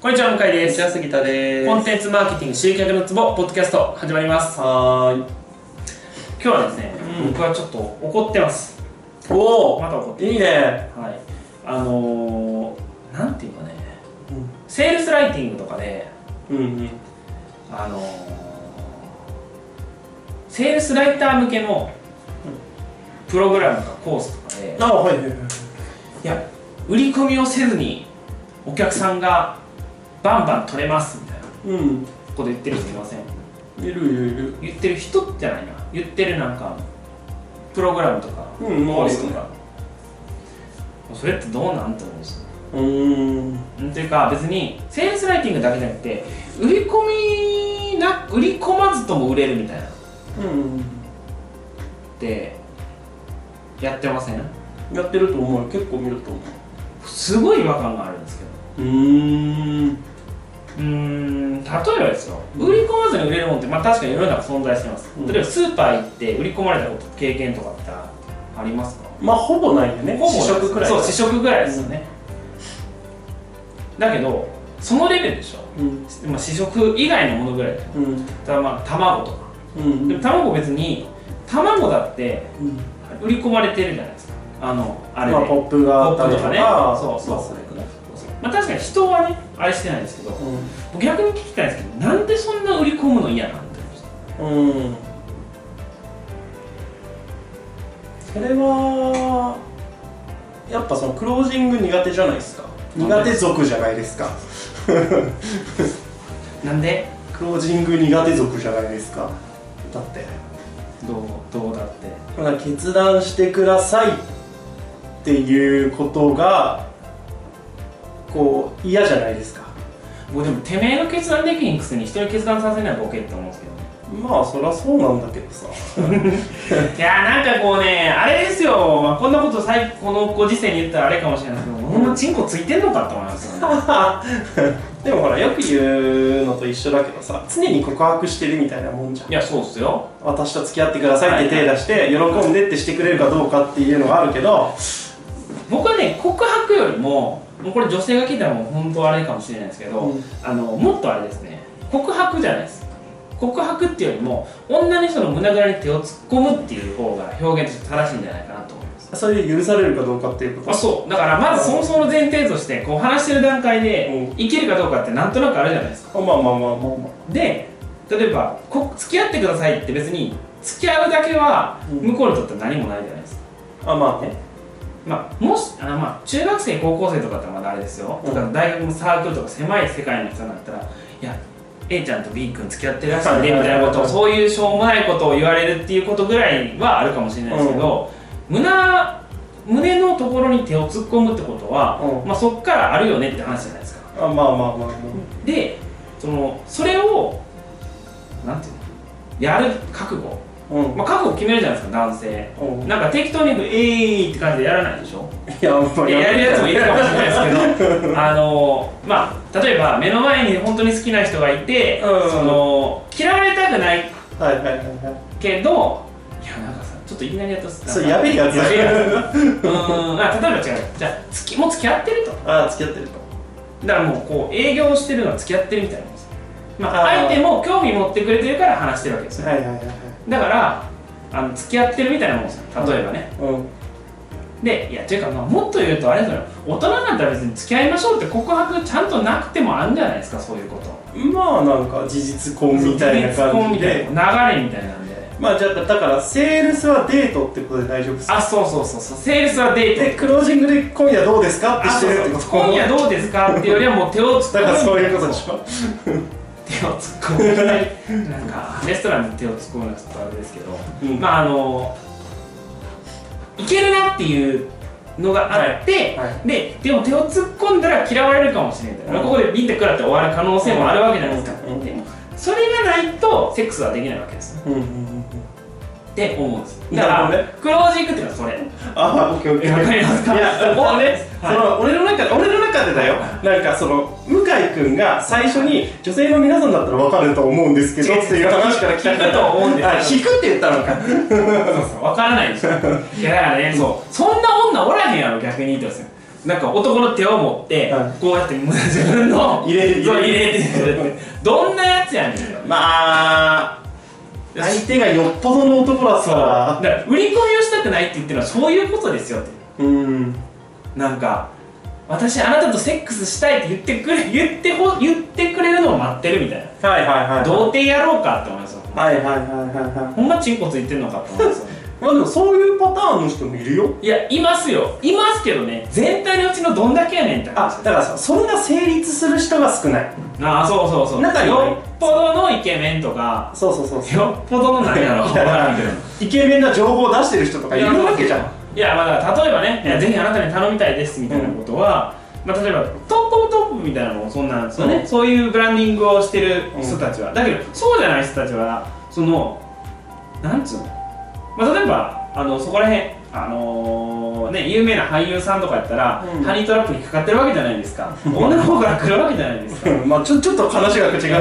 こんにちは向井でこんにすちは杉田ですコンテンツマーケティング集客のツボポッドキャスト始まりますはーい今日はですね、うん僕はちょっと怒ってますおおまだ怒っていいねはいあのー、なんていうかねうんセールスライティングとかでうんあのー、セールスライター向けのプログラムとかコースとかであはいはいはいいや売り込みをせずにお客さんがバンバン取れますみたいなうんこと言ってる人いませんいるいるいる言ってる人じゃないな言ってるなんかプログラムとかうんコースとか、それってどうなんて思うんですようーんうんというか別にセールスライティングだけじゃなくて売り込みな売り込まずとも売れるみたいなのっうんてやってませんやってると思う結構見ると思すごい違和感があるんですけどううーんうーん例えばですよ売り込まずに売れるもんって、まあ、確かに世の中存在してます、うん例えばスーパー行って売り込まれたこと経験とかってありますかまあほぼないよねほぼ試食くらいそう試食ぐらいですよね、だけどそのレベルでしょ、うんまあ、試食以外のものぐらいだようんただまあ卵とかうんでも卵別に卵だってうん売り込まれてるじゃないですかあのあれで、まあポップがあったりとポップとかかねそうそうまあそれくらいまあ、確かに人はねあれしてないですけど僕逆に聞きたいんですけどなんでそんな売り込むの嫌なんて思いましたうんうんそれはやっぱそのクロージング苦手じゃないですか苦手族じゃないですか なんでクロージング苦手族じゃないですかだってどうどうだってだから決断してくださいっていうことがこう嫌じゃないですか僕でもてめえの決断できひんくせに人に決断させないボケって思うんですけどねまあそりゃそうなんだけどさいやーなんかこうねあれですよ、まあ、こんなこと最このご時世に言ったらあれかもしれないですけどほんまチンコついてんのかって思いますよね でもほらよく言うのと一緒だけどさ常に告白してるみたいなもんじゃんいやそうっすよ私と付き合ってくださいって手出して喜んでってしてくれるかどうかっていうのがあるけど僕はね告白よりももうこれ女性が聞いたらもう本当あれかもしれないですけど、うんあのもっとあれですね告白じゃないです告白っていうよりも女の人の胸ぐらに手を突っ込むっていう方が表現として正しいんじゃないかなと思いますそれで許されるかどうかっていうことあそうだからまずそもそもの前提としてこう話してる段階でういけるかどうかってなんとなくあるじゃないですかまあまあまあまあまあで例えばこ付き合ってくださいって別に付き合うだけはうん向こうにとっては何もないじゃないですか、あまあねまあ、もしあのまあ中学生高校生とかだってまだあれですよ、うんとか大学のサークルとか狭い世界の人だったらいや A ちゃんと B 君付き合ってるらしいねみたいなことをそういうしょうもないことを言われるっていうことぐらいはあるかもしれないですけど、胸胸のところに手を突っ込むってことは、うんまあ、そっからあるよねって話じゃないですかあまあまあまあまあでそのそれをなんていうのやる覚悟、うんまあ、覚悟決めるじゃないですか男性うんなんか適当に「えい!」って感じでやらないでしょいや、あんまいりややるやつもいるかもしれないですけど あのまあ例えば目の前に本当に好きな人がいて、うんその嫌われたくないはいはいはいはいけどいやなんかさちょっといきなりやっとすそうやべえやつやべえやつうーんあ例えば違うじゃあつきもう付き合ってるとああ付き合ってるとだからもうこう営業してるのは付き合ってるみたいなもんですまああー相手も興味持ってくれてるから話してるわけですよはいはいはいはいだからあの付き合ってるみたいなもんですよ例えばね、うんでいやというか、まあ、もっと言うとあれだよ大人なんたら別に付き合いましょうって告白ちゃんとなくてもあるんじゃないですかそういうことまあなんか事実婚みたいなそう感みじたいでな流れみたいなんでまあじゃあだからセールスはデートってことで大丈夫ですかあそうそうそうそうセールスはデートでクロージングで今夜どうですかってあしそうてるっそてうこと今夜どうですかっていうよりはもう手を突っ込むだからそういうことでしょ手を突っ込むいきなりなんかレストランに手を突っ込むのはちょっとあれですけど、うんまああのいけるなっていうのがあって、はいはででも手を突っ込んだら嫌われるかもしれない、うんここでビンタ食らって終わる可能性もあるわけじゃないですか、うんでそれがないとセックスはできないわけですねうんうんうんって思うんですだから、なるほどクロージングっていうのは それああオッケーオッケーわかりますかいやもうね、はいその俺の中で俺の中でだよなんかその向井君が最初に女性の皆さんだったらわかると思うんですけどっていう話から聞いた聞くと思うんですけどあ引くって言ったのかそうそう分からないでしょいやだからねそうそんな女おらへんやろ逆に言ってますよなんか男の手を持って、はこうやって胸自分の入れ入れそう入れてくるってどんなやつやねんまあ相手がよっぽどの男だったそうだからら売り込みをしたくないって言ってるのはそういうことですよってうんなんか私あなたとセックスしたいって言ってくれ言ってほ言ってくれるのを待ってるみたいはいはいはいな童貞やろうかって思いますよはいはいはいはいはいほんまチンコついてんのかって思いますよまあでもそういうパターンの人もいるよいやいますよいますけどね全体のうちのどんだけやねんって話あだからさそれが成立する人が少ないああそうそうそう中にはねよっぽどのイケメンとかそうそうそうそうよっぽどの何やろ いやわからんけどイケメンな情報を出してる人とかいるわけじゃんいやまあだから例えばね、いやうんぜひあなたに頼みたいですみたいなことは、まあ、例えばトップオブトップみたいなのもそんなんですよね、うんそういうブランディングをしてる人たちは、だけどそうじゃない人たちはそのなんつうの、まあ、例えばあのそこら辺あのーね有名な俳優さんとかやったら、うんハニートラップにかかってるわけじゃないですか女の方から来るわけじゃない ですかまあちょちょっと話が違 うけど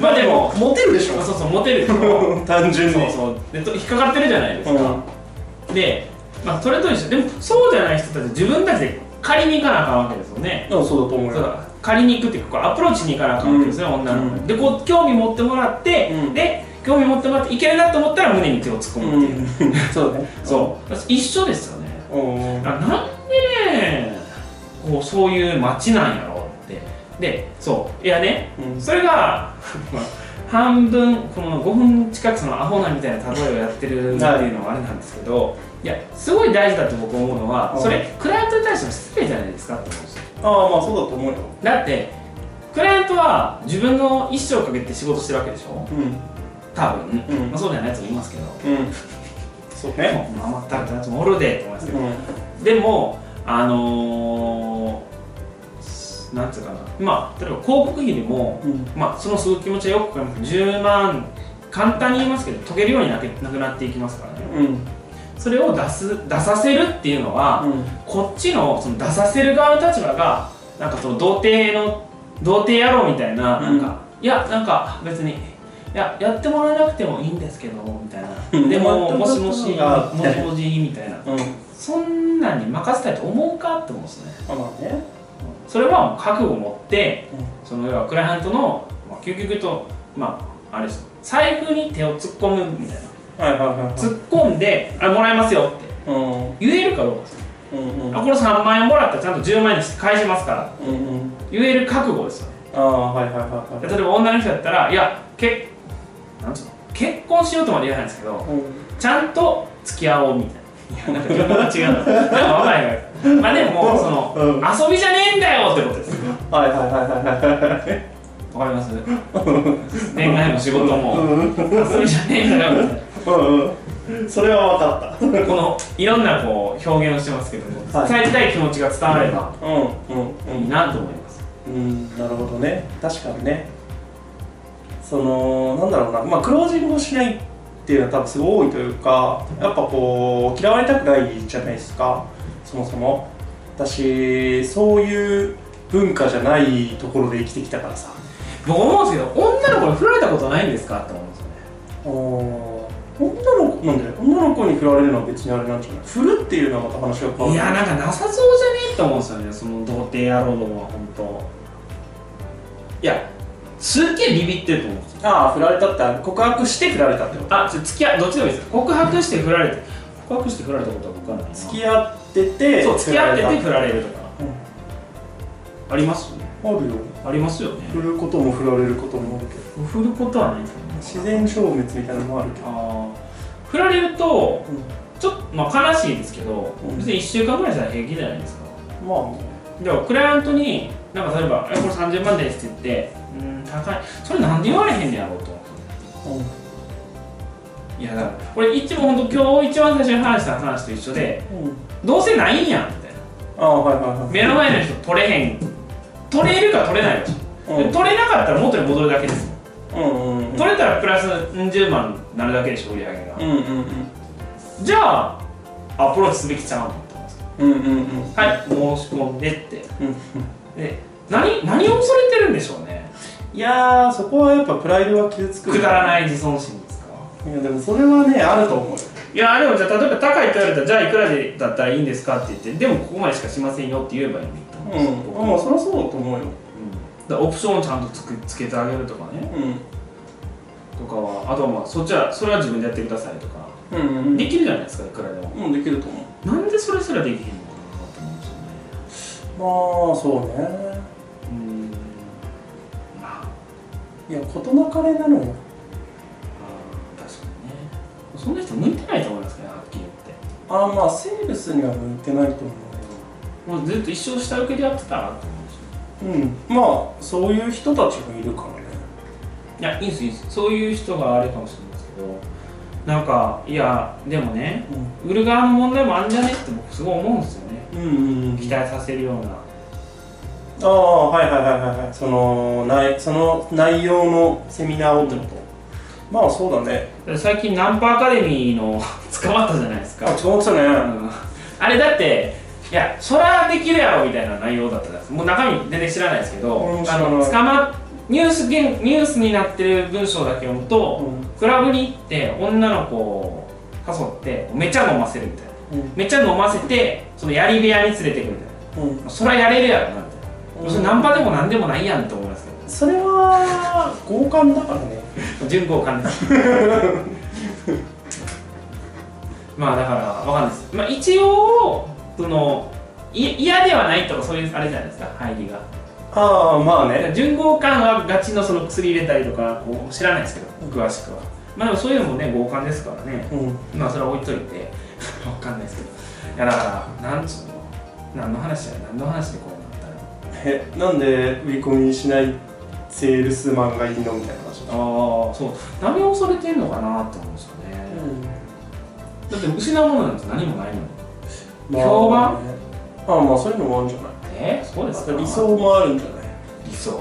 まあでもモテるでしょそうそうモテるでしょ単純にそうそうでと引っかかってるじゃないですか、うんで、まあ、それと一緒でもそうじゃない人たち自分たちで借りに行かなあかんわけですよねでもそうだと思うそうよだ借りに行くっていうかこうアプローチに行かなあかんわけですね、うん女の子に、うんでこう興味持ってもらって、うんで興味持ってもらっていけるなと思ったら胸に手を突っ込むっていう、うん そうだねそう一緒ですよねうんあなんでねこうそういう街なんやろうってでそういやねうんそれがまあ半分この5分近くそのアホなみたいな例えをやってるっていうのはあれなんですけど、い、やすごい大事だと僕思うのは、うんそれクライアントに対しても失礼じゃないですかって思うんですよああまあそうだと思うよだってクライアントは自分の一生かけて仕事してるわけでしょうん多分、うんまあ、そうじゃないやつもいますけどうんそうねまあまったくなやつもおるでと思いますけどうでもあのー、なんつうかなまあ例えば広告費でも、うんまあそのすごい気持ちはよくわかります10万簡単に言いますけど解けるようになけなくなっていきますからねんうんそれを出す出させるっていうのは、こっちのその出させる側の立場がなんかその童貞の童貞野郎みたいななんか、いやなんか別に。いややってもらわなくてもいいんですけどみたいなでもうんもしもし もしあみたいなもしみたいなうんそんなんに任せたいと思うかって思うんですねあまあねそれはもう覚悟を持ってうんその要はクライアントの、まあ、究極言うとまああれです財布に手を突っ込むみたいなはいはいはいはい突っ込んで「あもらえますよ」ってうん言えるかどうかですうんうんあこの3万円もらったらちゃんと10万円にして返しますからうんうん言える覚悟ですよねああはいはいはいはい例えば女の人だったらいやけなんつうの結婚しようとまで言わないんですけどうちゃんと付き合おうみたいな。いやなんか言い方違うの。なんかわかんないから。まあでも、その、うん遊びじゃねえんだよってことです。んはいはいはいはいはいわかります恋愛も仕事も、遊びじゃねえんだよみうんうんそれは分たいな。この、いろんなこう、表現をしてますけども、はい伝えたい気持ちが伝わればかったうんうんいいなと思います。うんなるほどね確かにねそのなんだろうなまあクロージングをしないっていうのは多分すごい多いというかやっぱこう嫌われたくないじゃないですかそもそも私そういう文化じゃないところで生きてきたからさ僕思うんですけど、女の子に振られたことないんですかって思うんですよね。あー女の子なんだよ女の子に振られるのは別にあれなんじゃない振るっていうのはまた話が変わるいや、なんかなさそうじゃねえって思うんですよね、その童貞野郎どもは本当。いや、すっげえビビってると思うんですよああ振られたってあれ告白して振られたってことあ、ちょ付き合い、どっちでもいいです。告白して振られて、告白して振られたことは僕はないな。付き合っててそう、付き合ってて振振らられれるとか。たうんありますあるよありますよね。振ることも振られることもあるけど振ることはないですよね。自然消滅みたいなのもあるけど、あー振られると、ちょっと、まあ、悲しいですけどう、ん別に1週間ぐらいしたら平気じゃないですか。まあねでも、クライアントに、なんか例えば、えこれ30万ですって言って、うーん、高い。それなんで言われへんねやろうと。いや、だから、これ、いつも本当、今日一番最初に話した話と一緒で、うん、うん、どうせないんやん、みたいな。ああはいはい目の前の人取れへん取れるか取れないかじゃんうんで取れなかったら元に戻るだけですよはいうんうんうん取れたらプラス10万になるだけでしょ売り上げがうんうんじゃあアプローチすべきちゃうんって思うんですようんうんうんうんはい申し込んでってうんで何何を恐れてるんでしょうねいやーそこはやっぱプライドが傷つくくだらいない自尊心ですかいやでもそれはねあると思うよいやでもじゃあ例えば高いって言われたらじゃあいくらでだったらいいんですかって言ってでもここまでしかしませんよって言えばいいのにと思うんですよあまあそりゃそうだと思うよだからオプションをちゃんとつくつけてあげるとかねうとかはあとはまあそっちはそれは自分でやってくださいとか、んうんうんできるじゃないですかいくらでもうんできると思うなんでそれすらできへんのかなと思うんですよねまあそうねうーんまあいや事なかれなのよあー確かにねそんな人向いてないと思いますねはっきり言ってあまあセールスには向いてないと思もうずっと一生下請けでやってたなと思うんですようようんまあそういう人たちもいるからねいやいいんですいいんですそういう人があれかもしれないですけどなんかいやでもね売る側の問題もあるんじゃねって僕すごい思うんですよねうんうんうん期待させるようなああはいはいはいはいはいその内その内容のセミナーをってこと、まあそうだね最近ナンパアカデミーの 捕まったじゃないですかあ違ううねんあれだっていやそらできるやろみたいな内容だったんですもう中身全然知らないですけど、うん知あらないの捕まニュースげんニュースになってる文章だけ読むと、クラブに行って女の子を誘ってめっちゃ飲ませるみたいなうんめっちゃ飲ませてそのやり部屋に連れてくみたいうんなそらやれるやろなみたいな、うんそれナンパでも何でもないやんって思いますけそれは強姦だからねど順行 感ですまあだからわかんないです、まあ、一応そのい嫌ではないとかそういうあれじゃないですか入りがああまあだから順合感はガチのその薬入れたりとかこう知らないですけど詳しくはまあでもそういうのもね合感ですからねうんまあそれは置いといて わかんないですけどいやだからなんつうの何の話や何の話でこうなったのえなんで売り込みしないセールスマンがいいのみたいな話ああそう何を恐れてんのかなって思うんですよね、だって失うものなんて何もないのに評判ねああまあそういうのもあるんじゃないえそうですか理想もあるんじゃない理想ね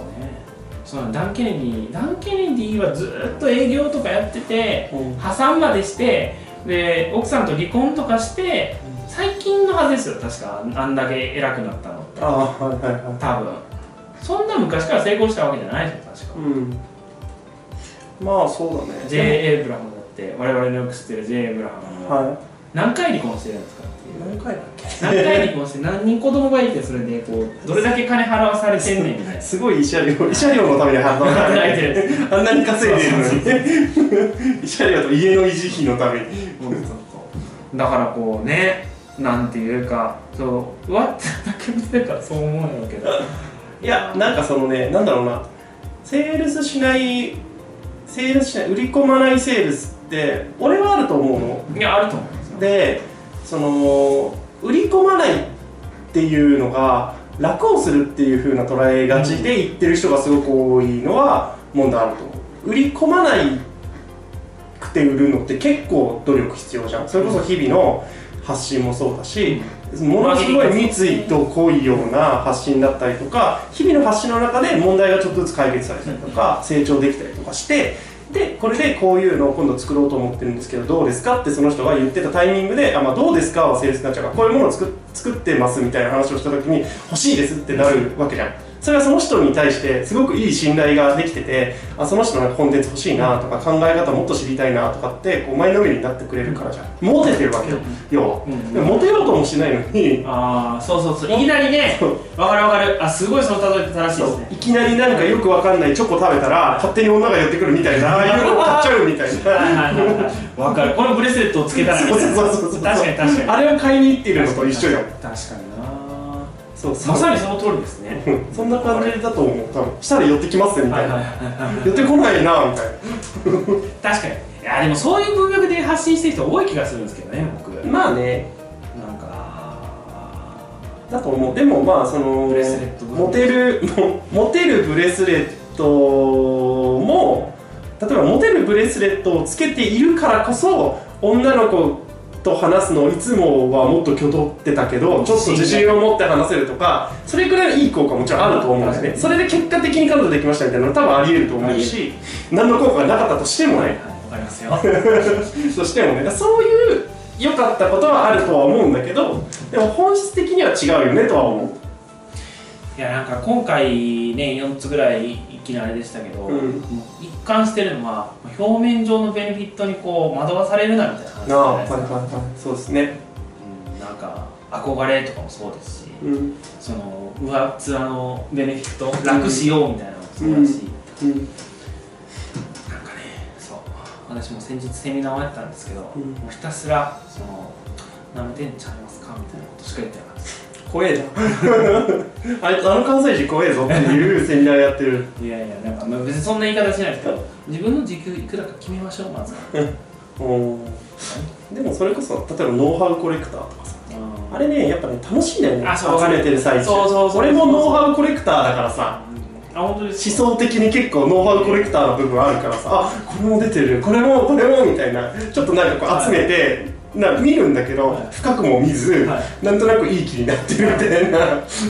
そのダン・ケネディダン・ケネディはずっと営業とかやっててうん破産までしてで奥さんと離婚とかして最近のはずですよ確かあんだけ偉くなったのああはいはいは多分そんな昔から成功したわけじゃないでしょ確かいうんまあそうだね J ・エイブラハムだって我々のよく知ってる J ・エイブラハムはは何回離婚してるんですかっていいう何回だっ何回離婚して何人子供がいてそれでこうどれだけ金払わされてんねんみたい けなすごい慰謝料慰謝料のために働働いいててるるあんなに稼いでるのに慰謝料と家の維持費のためにだからこうねなんていうかそうわってだけ見てるからそう思うんやろうけどいやなんかそのねなんだろうなセールスしないセールスしない売り込まないセールスって俺はあると思うのいやあると思うんですよでその売り込まないっていうのが楽をするっていう風な捉えがちで言ってる人がすごく多いのは問題あると思う売り込まないくて売るのって結構努力必要じゃんそれこそ日々の発信もそうだしものすごい熱意と濃いような発信だったりとか日々の発信の中で問題がちょっとずつ解決されたりとか成長できたりとかしてでこれでこういうのを今度作ろうと思ってるんですけどどうですかってその人が言ってたタイミングで「あまあ、どうですか?」はセールスになっちゃうからこういうものを作っ作ってますみたいな話をした時に「欲しいです」ってなるわけじゃん。それはその人に対してすごくいい信頼ができててあその人のコンテンツ欲しいなとか考え方もっと知りたいなとかってこう前のめりになってくれるからじゃんモテてるわけよ要はうんでもモテようともしないのにああそうそうそういきなりねわかるわかるあすごいその例えて正しいですねいきなりなんかよくわかんないチョコ食べたら勝手に女が寄ってくるみ たいなああいうのを買っちゃうみたいはいなはいはいはい わかるこのブレスレットをつけたらみたいなそうそうそうそう確かに確かにあれを買いに行ってるのと一緒よ確かになそうそうまさにその通りですねうん そんな感じだと思う多分したら寄ってきますよみはたいいはいなはい寄ってこないなみたいな確かにいやでもそういう文脈で発信してる人多い気がするんですけどね僕なんかまあねだと思うでもまあそのブレスレットモテるもモテるブレスレットも例えばモテるブレスレットをつけているからこそ女の子と話すのをいつもはもっときょとってたけどちょっと自信を持って話せるとかそれくらいのいい効果ももちろんあると思うんですねそれで結果的に彼女できましたみたいなの多分ありえると思うし何の効果がなかったとしてもねわかりますよとしてもねそういう良かったことはあるとは思うんだけどでも本質的には違うよねとは思ういやなんか今回期ね4つぐらい一気にあれでしたけど、うんもう一貫してるのは表面上のベネフィットにこう惑わされるなみたいな話じあゃなあはいいではすいかはいそうですねうんなんか憧れとかもそうですしうんうんその上っ面のベネフィット楽しようみたいなのもそうだし、なんかねそう私も先日セミナーをやったんですけど、うんひたすらその「なめてんちゃいますか?」みたいなことしか言ってなかったです怖えじゃん あいあの関西人怖えぞっていう戦略やってるいやいやなんか、まあ、別にそんな言い方しないですけど自分の時給いくらか決めましょうまずはうんでもそれこそ例えばノウハウコレクターとかさあれねやっぱね楽しいんだよねあそう集めてる最中そうそうそう俺もノウハウコレクターだからさあ本当で思す想的に結構ノウハウコレクターの部分あるからさあこれも出てるこれもこれもみたいなちょっとなんかこう集めて、なんか見るんだけど、はい深くも見ず、はなんとなくいい気になってるみたいな、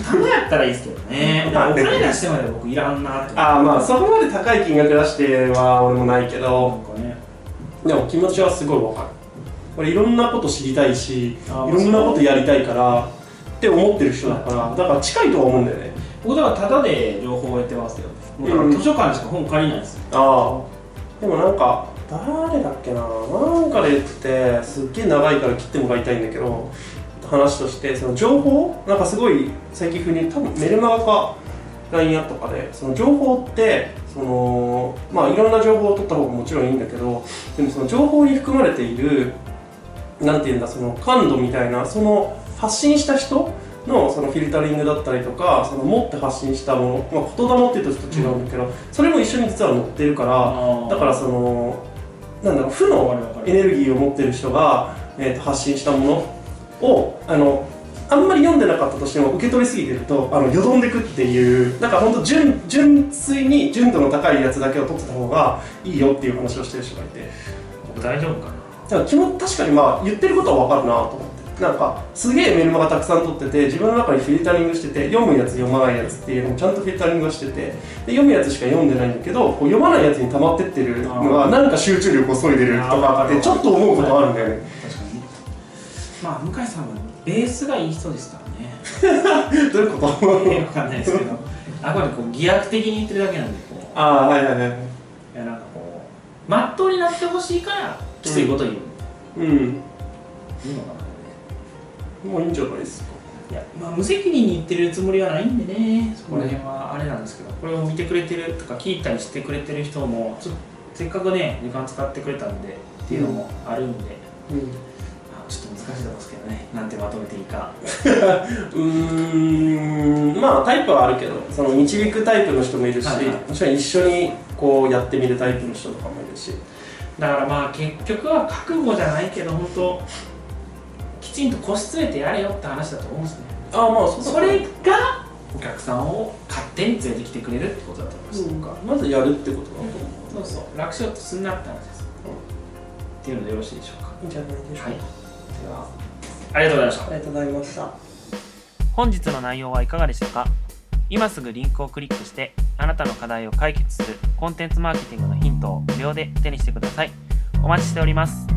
たまやったらいいですけどねおまあね金出してまで僕いらんなってああまあそこまで高い金額出しては俺もないけなどんかねでも気持ちはすごいわかる俺いろんなこと知りたいしいあーろんなことやりたいからって思ってる人だからだから近いとは思うんだよね僕だからタダで情報を得てますよもうだから図書館しか本借りないですよああでもなんか誰だっけななんかで言ってすっげえ長いから切ってもらいたいんだけど話としてその情報なんかすごい最近風に多分メルマガか LINE アップとかでその情報ってそのまあいろんな情報を取った方がもちろんいいんだけどでもその情報に含まれているなんていうんだその感度みたいなその発信した人のそのフィルタリングだったりとかその持って発信したもの、まあ、言霊っていうとちょっと違うんだけど、それも一緒に実は載ってるからだからそのなんだろう負わかるわのかるエネルギーを持ってる人が、えー、と発信したものをあのあんまり読んでなかったとしても受け取りすぎてるとあのよどんでくっていうだから本当純純粋に純度の高いやつだけを取ってた方がいいよっていう話をしてる人がいて。僕大丈夫かなだから気も確かにまあ言ってることは分かるなと思ってなんかすげえメルマガたくさん撮ってて自分の中にフィルタリングしてて読むやつ読まないやつっていうのをちゃんとフィルタリングをしててで読むやつしか読んでないんだけどこう読まないやつに溜まってってるのあがーなんか集中力を削いでるとかってちょっと思うことあるんだよね確かにねまあ向井さんはベースがいい人ですからどういうことね分かんないです けどあくまでこう偽悪的に言ってるだけなんでこう ああはいはいはいいやなんかこうまっとうになってほしいからきついこと言う、うんいいのかなねもういいんじゃないですかいやまあ無責任に言ってるつもりはないんでねそこら辺はあれなんですけど、これを見てくれてるとか聞いたりしてくれてる人もちょっとせっかくね時間使ってくれたんでっていうのもあるんで、うあちょっと難しいとこですけどねなんてまとめていいかんうーんまあタイプはあるけどその導くタイプの人もいるし、はいはいもちろん一緒にこうやってみるタイプの人とかもいるしだからまあ結局は覚悟じゃないけど本当きちんと腰据えてやれよって話だと思うんですねあまあそそれがお客さんを勝手に連れてきてくれるってことだと思います、そうかまずやるってことだと思う、そうそう楽勝とすんなって話です、っていうのでよろしいでしょうかいいんじゃないでしょうか、はいではありがとうございましたありがとうございました本日の内容はいかがでしたか今すぐリンクをクリックしてあなたの課題を解決するコンテンツマーケティングのヒントを無料で手にしてくださいお待ちしております